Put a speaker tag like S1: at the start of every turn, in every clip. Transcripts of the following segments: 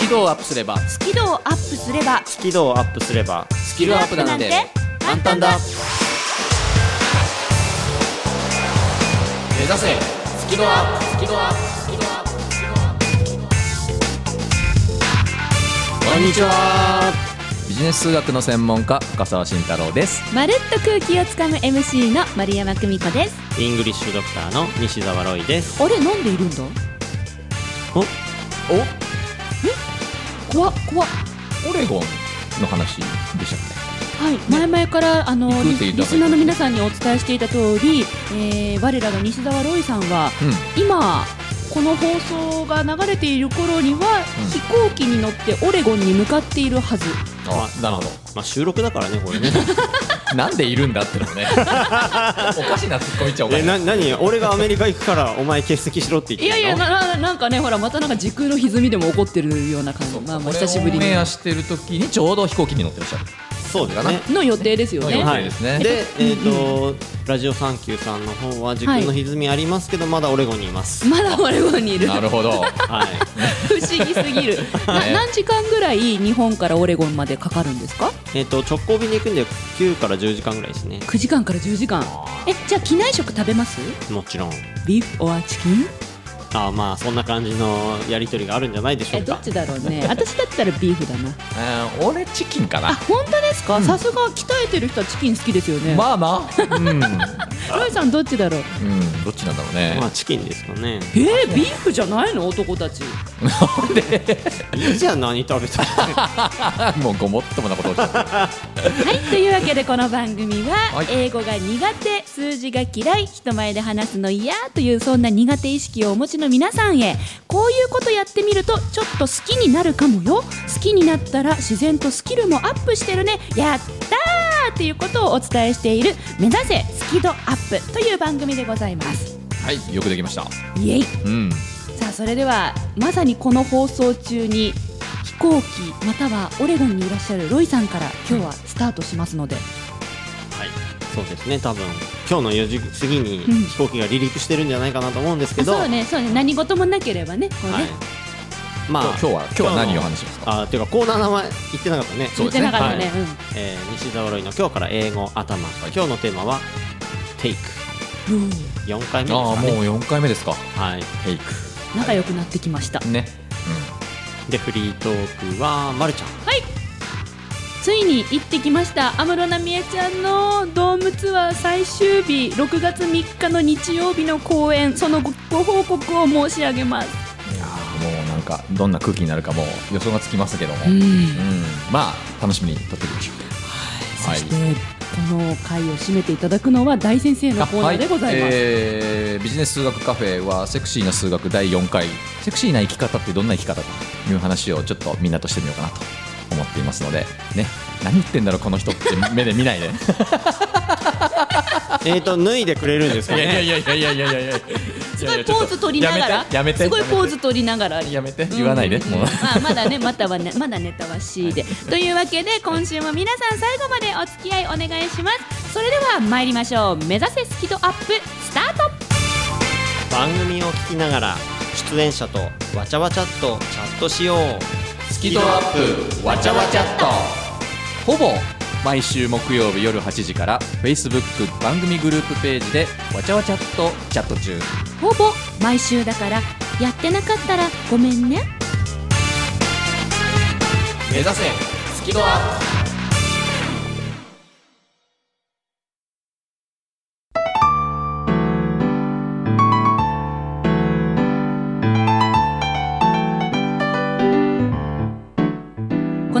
S1: キ度をアップすれば
S2: スキルをアップすれば
S3: スキルをアップすれば
S1: スキルアップなんて簡単だ目指せスキルアップスキルアップスキルアップスキルアップこんにちはビジネス数学の専門家深澤慎太郎です
S2: まるっと空気をつかむ MC の丸山久美子です
S3: イングリッシュドクターの西澤ロイです
S2: あれなんでいるんだ
S3: お
S1: お
S2: 怖っ怖っ
S1: オレゴンの話でしたっ
S2: はい、前々からあの
S1: 行くって言っ
S2: リ
S1: た
S2: リスナーの皆さんにお伝えしていた通り、えー、我らが西澤ロイさんは
S1: けうん
S2: 今この放送が流れている頃には、
S1: うん
S2: 飛行機に乗ってオレゴンに向かっているはず
S1: あなるほど
S3: まあ収録だからねこれ ね
S1: なんでいるんだっての ねおかしなツッコミっちゃおかし
S3: え
S1: い
S3: な何俺がアメリカ行くからお前欠席しろって言
S2: い
S3: って
S2: やいやなななんかねほらまたなんか時空の歪みでも起こってるような感じまあまあ久しぶり
S1: これをオン
S2: に
S1: エアしてる時にちょうど飛行機に乗ってらっしゃる
S3: そうですね
S2: の予定ですよね
S1: の予定
S3: は
S1: で
S3: い
S1: すね
S3: でえっ、と、ラジオサンキューさんの方は時空の歪みありますけど、まだオレゴンにい ます
S2: まだオレゴンにいる
S1: なるほど
S3: はい
S2: 不思議すぎる、な
S1: ね
S2: 何時間ぐらい日本からオレゴンまでかかるんですか
S3: えっ、と直行便で行くんで9から10時間ぐらいですね
S2: 9時間から10時間えじゃあ機内食食べます
S3: もちろん
S2: ビーフオアチキン
S3: あまあそんな感じのやり取りがあるんじゃないでしょ
S2: え
S3: う
S2: ど
S3: か
S2: っちだろうね私だったらビーフだな
S1: うん俺チキンか
S2: あ
S1: な
S2: 本当ですかさすが鍛えてる人はチキン好きですよね、
S1: まあまあうん、うん、
S2: ロイさんどっちだろう
S1: どっちなんだろうね
S3: まあチキンですかね
S2: えー、ビーフじゃないの男たち
S3: いいじゃん何食べたら
S1: もうごもっともなことをおっしゃって
S2: はいというわけでこの番組は、
S1: はい
S2: 英語が苦手数字が嫌い人前で話すの嫌というそんな苦手意識をお持ちの皆さんへこういうことやってみるとちょっと好きになるかもよ好きになったら自然とスキルもアップしてるねやったーっていうことをお伝えしている「目指せスキドアップ」という番組でございます。
S1: はいよくできました
S2: イエイ
S1: うん
S2: さあそれではまさにこの放送中に飛行機またはオレゴンにいらっしゃるロイさんから今日はスタートしますので、
S3: はいそうですね多分今日の4時過ぎに
S2: うん
S3: 飛行機が離陸してるんじゃないかなと思うんですけ
S2: あ
S3: ど、
S2: そうねそうね何事もなければねこうね、
S3: はいまあ
S1: 今日は今日は何を話しますか
S3: あていうかコーナー名前言ってなかったね
S1: そ
S2: 言
S1: うです
S2: って
S1: ね
S2: なかったね
S3: はえー西澤ロイの今日から英語頭、今日のテーマはテイ
S2: う
S3: ク
S2: んうん
S3: 4回目です
S1: ああ
S3: かね
S1: もう四回目ですか
S3: はい
S1: テイク
S2: 仲良くなってきました、
S1: ね
S3: でフリートークはまるちゃん
S2: ついに行ってきました安室奈美恵ちゃんのドームツアー最終日6月3日の日曜日の公演そのごご報告を申し上げます
S1: うんいやーもうなんかどんな空気になるかもう予想がつきますけども
S2: う
S1: うん
S2: ん
S1: まあ楽しみにとっていきましょう
S2: そして、この回を締めていただくのは大先生のコーナーでございます、
S1: はえービジネス数学カフェはセクシーな数学第4回セクシーな生き方ってどんな生き方という話をちょっとみんなとしてみようかなと思っていますのでね何言ってんだろうこの人って目で見 ないで
S3: えっと脱いでくれるんです かね
S1: いやいやいやいやいやいや
S2: すごいポーズ取りながら
S1: やめて
S2: すごいポー
S1: ズ
S2: ズ取りながら
S1: やめて言わないで、
S2: うん
S1: もう
S2: まあまだねまたはねまだネタは C でというわけで今週も皆さん最後までお付き合いお願いしますそれでは参りましょう目指せスキドアップスタート
S3: 番組を聞きながら出演者とわちゃわちゃっとチャットしよう
S1: スキドアップわちゃわちゃっとほぼ毎週木曜日夜8時から Facebook 番組グループページでわちゃわちゃっとチャット中
S2: ほぼ毎週だからやってなかったらごめんね
S1: 目指せスキドアッ
S2: こ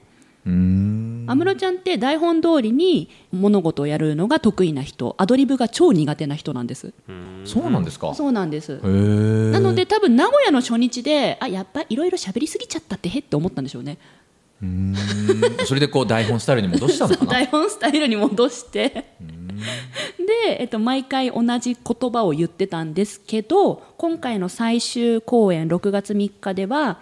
S1: うん
S2: 安室ちゃんって台本通りに物事をやるのが得意な人アドリブが超苦手な人なんです
S1: そうなんですか
S2: そうなんです
S1: へえ
S2: なので多分名古屋の初日であやっぱいろいろ喋りすぎちゃったってへって思ったんでしょうね
S1: うんそれでこう台本スタイルに戻したのかな
S2: 台本スタイルに戻して で、えっと、毎回同じ言葉を言ってたんですけど今回の最終公演6月3日では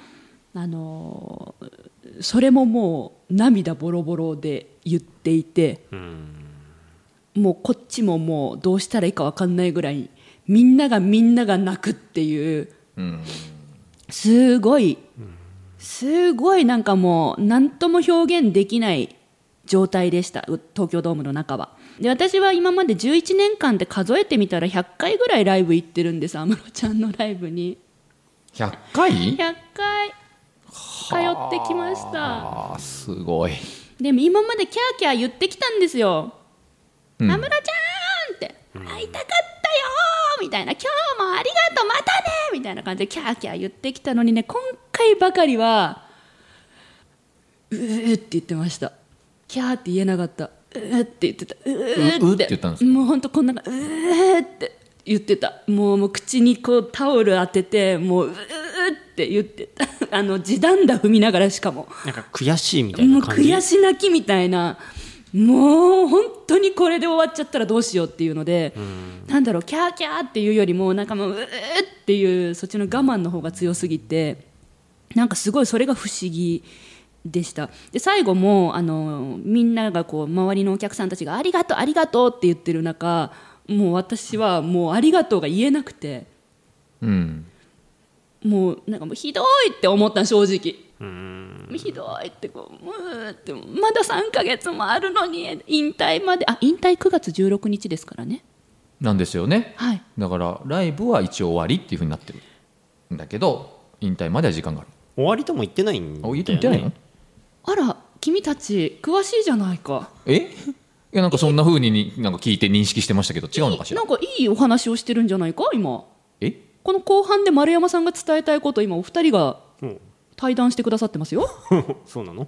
S2: あのーそれももう涙ボロボロで言っていてもうこっちももうどうしたらいいか分かんないぐらいみんながみんなが泣くっていう。
S1: うん
S2: すごい、すごいなんかもう、なんとも表現できない状態でした、う東京ドームの中は。で、私は今まで11年間で数えてみたら100回ぐらいライブ行ってるんです、安室ちゃんのライブに。
S1: 100回
S2: 100回。通ってきました
S1: あーすごい
S2: でも今までキャーキャー言ってきたんですよ「
S1: うん
S2: 安室ちゃん!」って「会いたかったよ!」みたいな「今日もありがとうまたね!」みたいな感じでキャーキャー言ってきたのにね今回ばかりは「うー」って言ってました「キャー」って言えなかった「うー」って言ってた「うー」
S1: ううって言ったんですか
S2: もうほんとこんな「うー」って言ってたもうもう口にこうタオル当ててもう「うー」って言ってたあの地団打踏みながらしかも。
S3: なんか悔しいみたい
S2: もう
S3: な感じ
S2: 悔し泣きみたいなもう本当にこれで終わっちゃったらどうしようっていうので、なんだろうキャーキャーっていうよりもなんかもううーっていうそっちの我慢の方が強すぎてなんかすごいそれが不思議でしたで最後もあのみんながこう周りのお客さんたちがありがとうありがとうって言ってる中もう私はもうありがとうが言えなくて
S1: うん
S2: もうなんかもうひどいって思った正直。ひどいってこうもうってまだ3か月もあるのに引退まであ引退9月16日ですからね
S1: なんですよね
S2: はい
S1: だからライブは一応終わりっていうふうになってるんだけど引退までは時間がある
S3: 終わりとも言ってないんだよ、ね、
S1: あ言ってみてないの
S2: あら君たち詳しいじゃないか
S1: えいやなんかそんなふうにになんか聞いて認識してましたけど違うのかしら
S2: なんかいいお話をしてるんじゃないか今
S1: え
S2: この後半で丸山さんが伝えたいこと今お二人が
S3: うん
S2: 対談してくださってますよ
S3: そうなの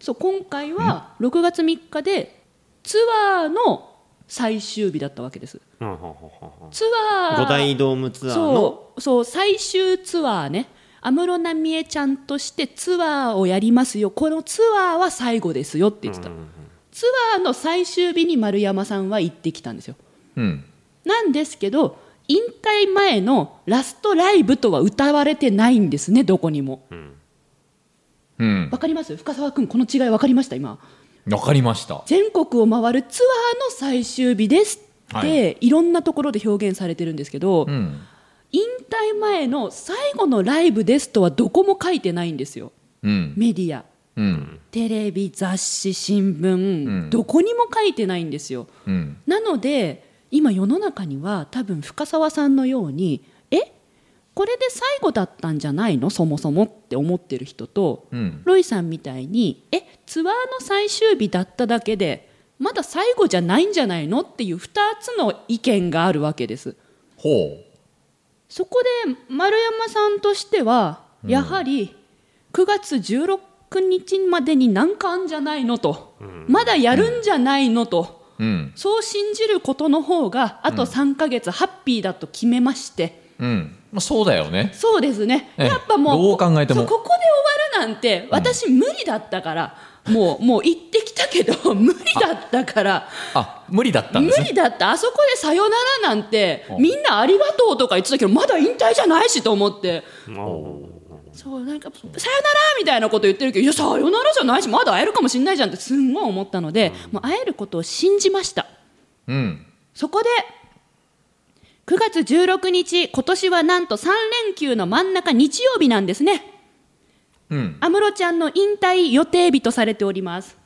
S2: そう今回は6月3日でツアーの最終日だったわけです
S3: うんはんはんはん
S2: ツアー
S3: 五大ドームツアーの
S2: そうそう最終ツアーね安室奈美恵ちゃんとしてツアーをやりますよこのツアーは最後ですよって言ってた、
S3: うんうんうん
S2: ツアーの最終日に丸山さんは行ってきたんですよ
S1: うん
S2: なんですけど引退前のラストライブとは歌われてないんですねどこにも
S1: うん
S2: わかります深澤君この違いわかりました今
S1: わかりました
S2: 全国を回るツアーの最終日ですって、、
S1: はい
S2: ろんなところで表現されてるんですけど、
S1: うん
S2: 引退前の最後のライブですとはどこも書いてないんですよ
S1: うん
S2: メディア
S1: うん
S2: テレビ雑誌新聞、
S1: うん
S2: どこにも書いてないんですよ
S1: うん
S2: なので今世の中には多分深澤さんのようにえこれで最後だったんじゃないのそもそもって思ってる人と、
S1: うん
S2: ロイさんみたいにえツアーの最終日だっただけでまだ最後じゃないんじゃないのっていう2つの意見があるわけです。
S1: ほ
S2: そこで丸山さんとしてはやはり9月16日までに何かあんじゃないのと、まだやるんじゃないのと、
S1: ううん
S2: そう信じることの方があと3ヶ月ハッピーだと決めまして、
S1: うんまあそうだよね
S2: そうですね
S1: ええ
S2: やっぱもう
S1: どう考えても
S2: そうここで終わるなんて私無理だったから、もうもう行ってきたけど 無理だったから。
S1: あ無理だったん
S2: 無
S1: ですね
S2: 理だってあそこで「さよなら」なんて
S1: うん
S2: みんな「ありがとう」とか言ってたけどまだ引退じゃないしと思ってそうなんか「さよなら」みたいなこと言ってるけど「いやさよならじゃないしまだ会えるかもしれないじゃん」ってすんごい思ったので、もう会えることを信じました
S1: うん
S2: そこで9月16日今年はなんと3連休の真ん中日曜日なんですね
S1: うん
S2: 安室ちゃんの引退予定日とされております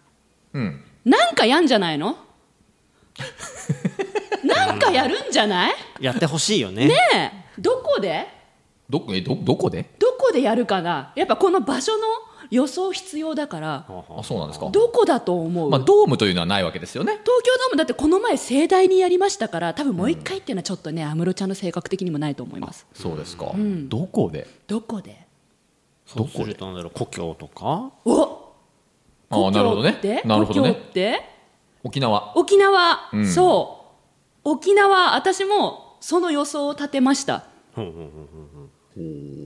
S1: うん
S2: なんかやんじゃな いのなんかやるんじゃない
S3: やってほしいよね
S2: ねえどこで
S1: どこえどどこで
S2: どこでやるかなやっぱこの場所の予想必要だから
S1: あそうなんですか
S2: どこだと思う、
S1: まあドームというのはないわけですよね
S2: 東京ドームだってこの前盛大にやりましたから多分もう一回っていうのはちょっとね安室ちゃんの性格的にもないと思います
S1: そうですかどこで
S2: どこで
S3: どうするとなんだろう故郷とか
S2: お
S1: ああなるほど
S2: 故郷って
S1: ねなるほど
S2: 故郷
S1: ね
S2: って
S1: 沖縄
S2: 沖縄、
S1: ん
S2: そう沖縄私もその予想を立てました
S3: うんうんうん
S1: お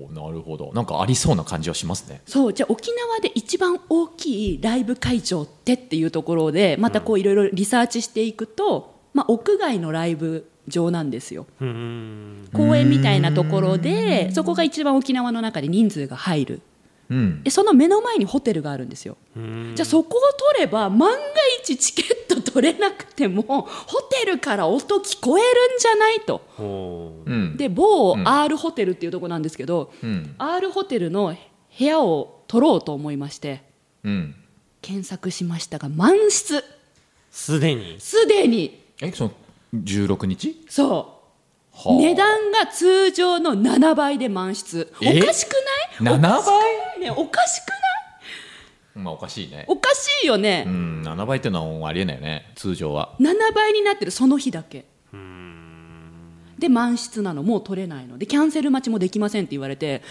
S1: ーなるほどなんかありそうな感じはしますね
S2: そうじゃあ沖縄で一番大きいライブ会場ってっていうところでまたこういろいろリサーチしていくと、まあ、屋外のライブ場なんですよ
S3: うんうん
S2: 公園みたいなところでそこが一番沖縄の中で人数が入る
S1: うん
S2: でその目の前にホテルがあるんですよ
S3: うん
S2: じゃあそこを取れば万が一チケット取れなくてもホテルから音聞こえるんじゃないと
S3: ほう
S1: うん
S4: で某
S1: うん
S4: R ホテルっていうとこなんですけど、
S1: うん。
S4: R ホテルの部屋を取ろうと思いまして
S1: うん。
S4: 検索しましたが満室
S3: すでに
S4: すでに
S1: え、その16日
S4: そ
S1: は
S4: う値段が通常の7倍で満室お
S1: え
S4: かしくない
S1: 7倍
S4: 倍ねおかしくない
S1: まあおかしいね。
S4: おかしいよね、
S1: うん、7倍ってのはありえないよね、通常は。
S4: 7倍になってるその日だけで満室なのもう取れないのでキャンセル待ちもできませんって言われて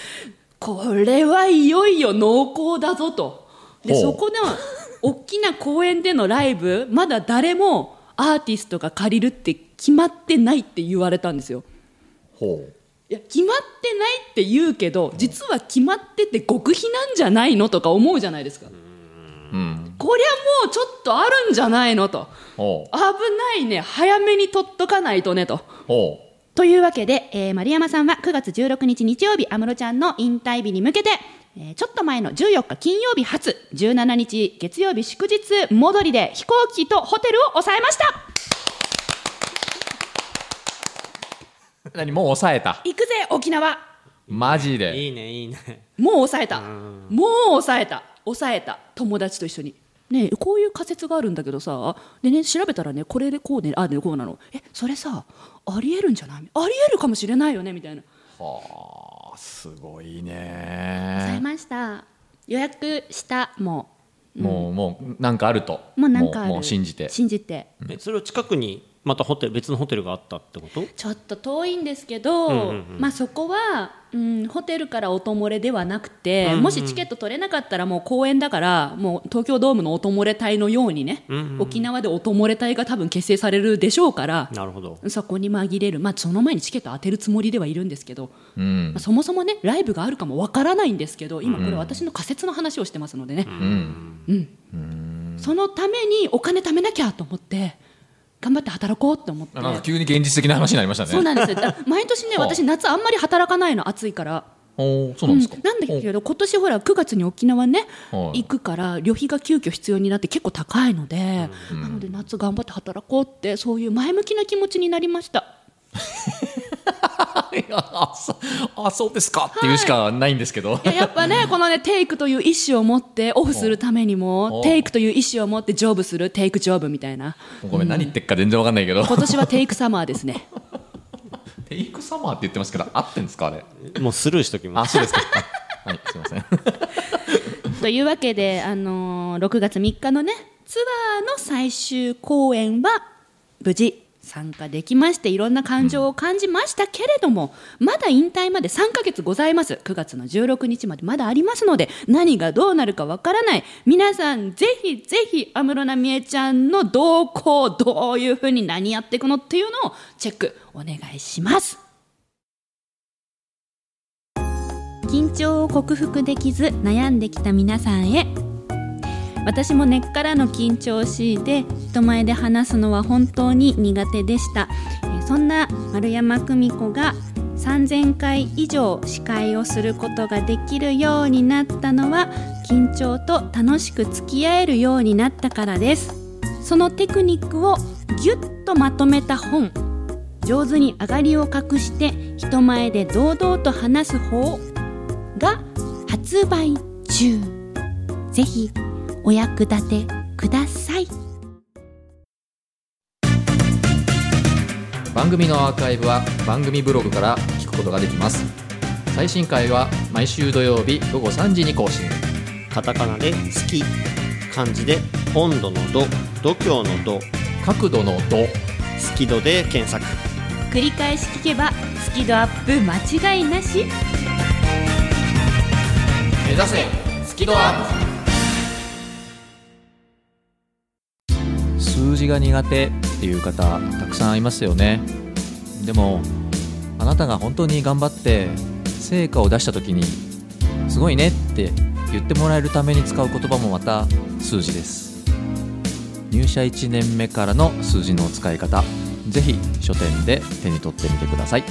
S4: これはいよいよ濃厚だぞとで
S1: ほう
S4: そこの大きな公園でのライブまだ誰もアーティストが借りるって決まってないって言われたんですよ
S1: ほう。
S4: いや決まってないって言うけど実は決まってて極秘なんじゃないのとか思うじゃないですか
S1: うん。
S4: こりゃもうちょっとあるんじゃないのと
S1: ほう。
S4: 危ないね早めに取っとかないとねと
S1: ほう。
S2: というわけで、えー丸山さんは9月16日日曜日、安室ちゃんの引退日に向けて、えーちょっと前の14日金曜日発、17日月曜日祝日戻りで飛行機とホテルを抑えました
S1: 何もう抑えた。
S4: 行くぜ沖縄
S1: マジで。
S3: いいねいいね
S4: もう抑えたもう抑えた抑えた友達と一緒に。ねえこういう仮説があるんだけどさでね調べたらねこれでこうねあでこうなのえそれさありえるんじゃないありえるかもしれないよねみたいな
S1: はあ、すごい
S2: 抑え
S1: ね。
S2: ました。予約した、も
S1: もう、もう、なんかあると。
S2: う。もうなんかある
S1: もうもう信じて。
S2: 信じて。
S3: えそれを近くにまたホテル別のホテルがあったってこと
S2: ちょっと遠いんですけど、
S3: んうんうん
S2: まあそこは、うん、ホテルから音漏れではなくて、
S3: うんうん
S2: もしチケット取れなかったらもう公演だからもう東京ドームの音漏れ隊のようにね、
S3: うんうんうん
S2: 沖縄で音漏れ隊が多分結成されるでしょうから
S3: なるほど
S2: そこに紛れる、まあ、その前にチケット当てるつもりではいるんですけど、
S1: うん
S2: まあ。そもそもねライブがあるかもわからないんですけど今これ私の仮説の話をしてますのでね、
S1: うん。
S2: そのためにお金貯めなきゃと思って頑張って働こうと思って。
S1: なんか急に現実的な話になりましたね。
S2: そうなんですよ。だ毎年ね、
S1: はあ
S2: 私夏あんまり働かないの、暑いから。
S1: おーそうなんですか。
S2: うんなんだ けど、今年ほら、9月に沖縄ね、
S1: はい
S2: 行くから、旅費が急遽必要になって結構高いので、なので夏頑張って働こうって、そういう前向きな気持ちになりました。
S1: おいやあそあ、そうですかっていうしかないんですけど。
S2: いややっぱ ね、このね、テイクという意思を持って、オフするために
S1: は
S2: も
S1: あ、
S2: テイクという意思を持って、ジョブする、テイクジョブみたいな。
S1: ごめん、何言ってっか全然わかんないけど。
S2: 今年はテイクサマーですね。
S1: テイクサマーって言ってますけど、合ってんですかあれ。
S3: もうスルーしときま
S1: あ、
S3: す
S1: そうですか。あ はい、すいません。
S2: というわけで、あのー6月3日のねツアーの最終公演は無事参加できましていろんな感情を感じましたけれども、まだ引退まで3ヶ月ございます9月の16日までまだありますので何がどうなるかわからない皆さんぜひぜひ安室奈美恵ちゃんの動向どういうふうに何やっていくのっていうのをチェックお願いします。緊張を克服できず悩んできた皆さんへ私も根っからの緊張しいで人前で話すのは本当に苦手でしたえーそんな丸山久美子が3000回以上司会をすることができるようになったのは緊張と楽しく付き合えるようになったからですそのテクニックをぎゅっとまとめた本上手に上がりを隠して人前で堂々と話す方が発売中ぜひお役立てください
S1: 番組のアーカイブは番組ブログから聞くことができます。最新回は毎週土曜日午後3時に更新。
S3: カタカナで「好き」漢字で「温度の度」「度胸の度」
S1: 角度の度。
S3: 「好き度」で検索
S2: 繰り返し聞けばスキドアップ間違いなし
S1: 目指せスキドアップ数字が苦手っていう方たくさんいますよねでもあなたが本当に頑張って成果を出した時に「すごいね」って言ってもらえるために使う言葉もまた数字です入社1年目からの数字の使い方ぜひ書店で手に取ってみてください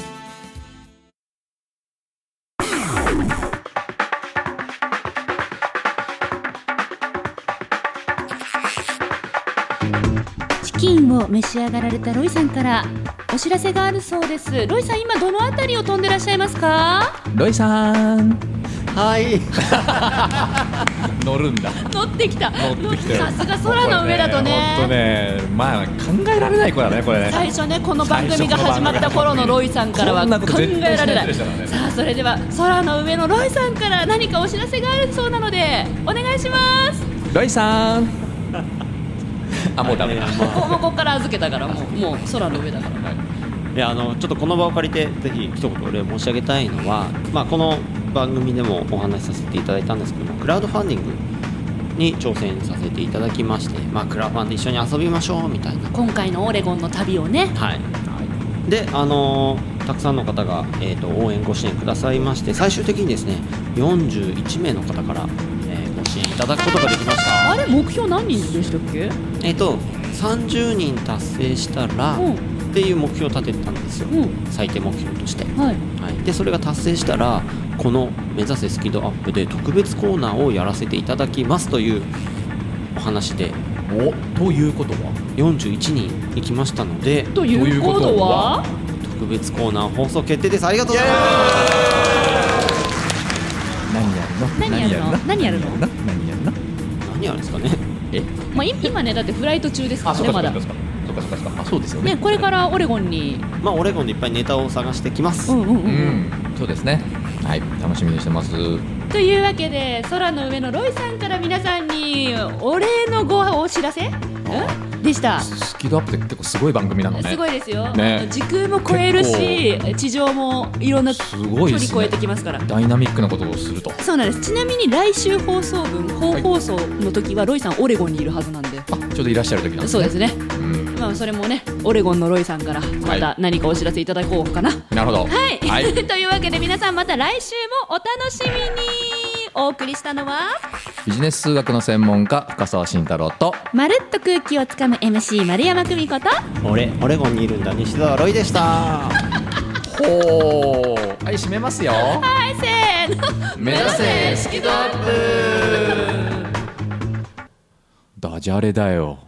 S2: 地
S5: キンを召し上がられたロイさんからお知らせがあるそうですロイさん今どのあたりを飛んでらっしゃいますか
S1: ロイさん
S3: はい
S1: 乗るんだ
S2: 乗ってきた
S1: 乗ってきたよ
S2: さすが空の上だと
S1: 本当
S2: ね
S1: ねまあ考えられない子だねこれね
S2: 最初ねこの番組が始まった頃のロイさんからは
S1: こんな
S2: 考
S1: こと絶
S2: え
S1: 対し
S2: られ
S1: ない
S2: ない
S1: でし
S2: さ
S1: たからね
S2: あそれでは空の上のロイさんから何かお知らせがあるそうなのでお願いします
S1: ロイさん あもうダメだ
S2: ここもここから預けたからもうもう空の上だから
S3: いやあのちょっとこの場を借りてぜひ一言お礼を申し上げたいのは、まあ、この番組でもお話しさせていただいたんですけどもクラウドファンディングに挑戦させていただきまして、まあ、クラファンで一緒に遊びましょうみたいな、
S2: 今回のオレゴンの旅をね
S3: はい、で、あのーたくさんの方が、えー、と応援ご支援くださいまして最終的にですね41名の方から、えーご支援いただくことができました
S2: あれ目標何人でしたっけ
S3: えっ、と30人達成したら、
S2: うん
S3: っていう目標を立てたんですよ、
S2: うん
S3: 最低目標として。
S2: はい
S3: はい、でそれが達成したらこの「目指せスキドアップ」で特別コーナーをやらせていただきますというお話で
S1: おということは
S3: 41人行きましたので
S2: ということは
S3: 特別コーナー放送決定ですありがとうございま
S1: 何やるの
S2: 何やるの何やるの
S1: 何やるの何やるの
S3: す何やるんですかね
S1: え
S2: まあい今ねだってフライト中ですからねまだ
S1: かそうかそうかそうかあそうですよ
S2: ねこれからオレゴンに
S3: まあオレゴンでいっぱいネタを探してきます、
S2: うんうんうん
S1: う
S2: うん
S1: んそうですねはい楽しみにしてます
S2: というわけで空の上のロイさんから皆さんにお礼のごお知らせんでした
S1: スキドアップって結構すごい番組なのね
S2: すごいですよ、
S1: ね
S2: 時空も超えるし地上もいろんな距
S1: す
S2: 離
S1: ごいですね
S2: 超えてきますから
S1: ダイナミックなことをすると
S2: そうなんですちなみに来週放送分本放送の時はロイさんオレゴンにいるはずなんで
S1: あちょうどいらっしゃる時なんです
S2: そうですね、
S1: うん
S2: まあ、それもねオレゴンのロイさんからまた何かお知らせいただこうかな、
S1: なるほど
S2: はい、
S1: はい
S2: というわ けで皆さんまた来週もお楽しみにお送りしたのは
S1: ビジネス数学の専門家深澤慎太郎と
S5: まるっと空気をつかむ MC 丸山久美子と
S3: 俺オレゴンにいるんだ西澤ロイでした
S1: ほーはい締めますよ
S2: はいせーの
S1: 目指せスキドアップダジャレだよ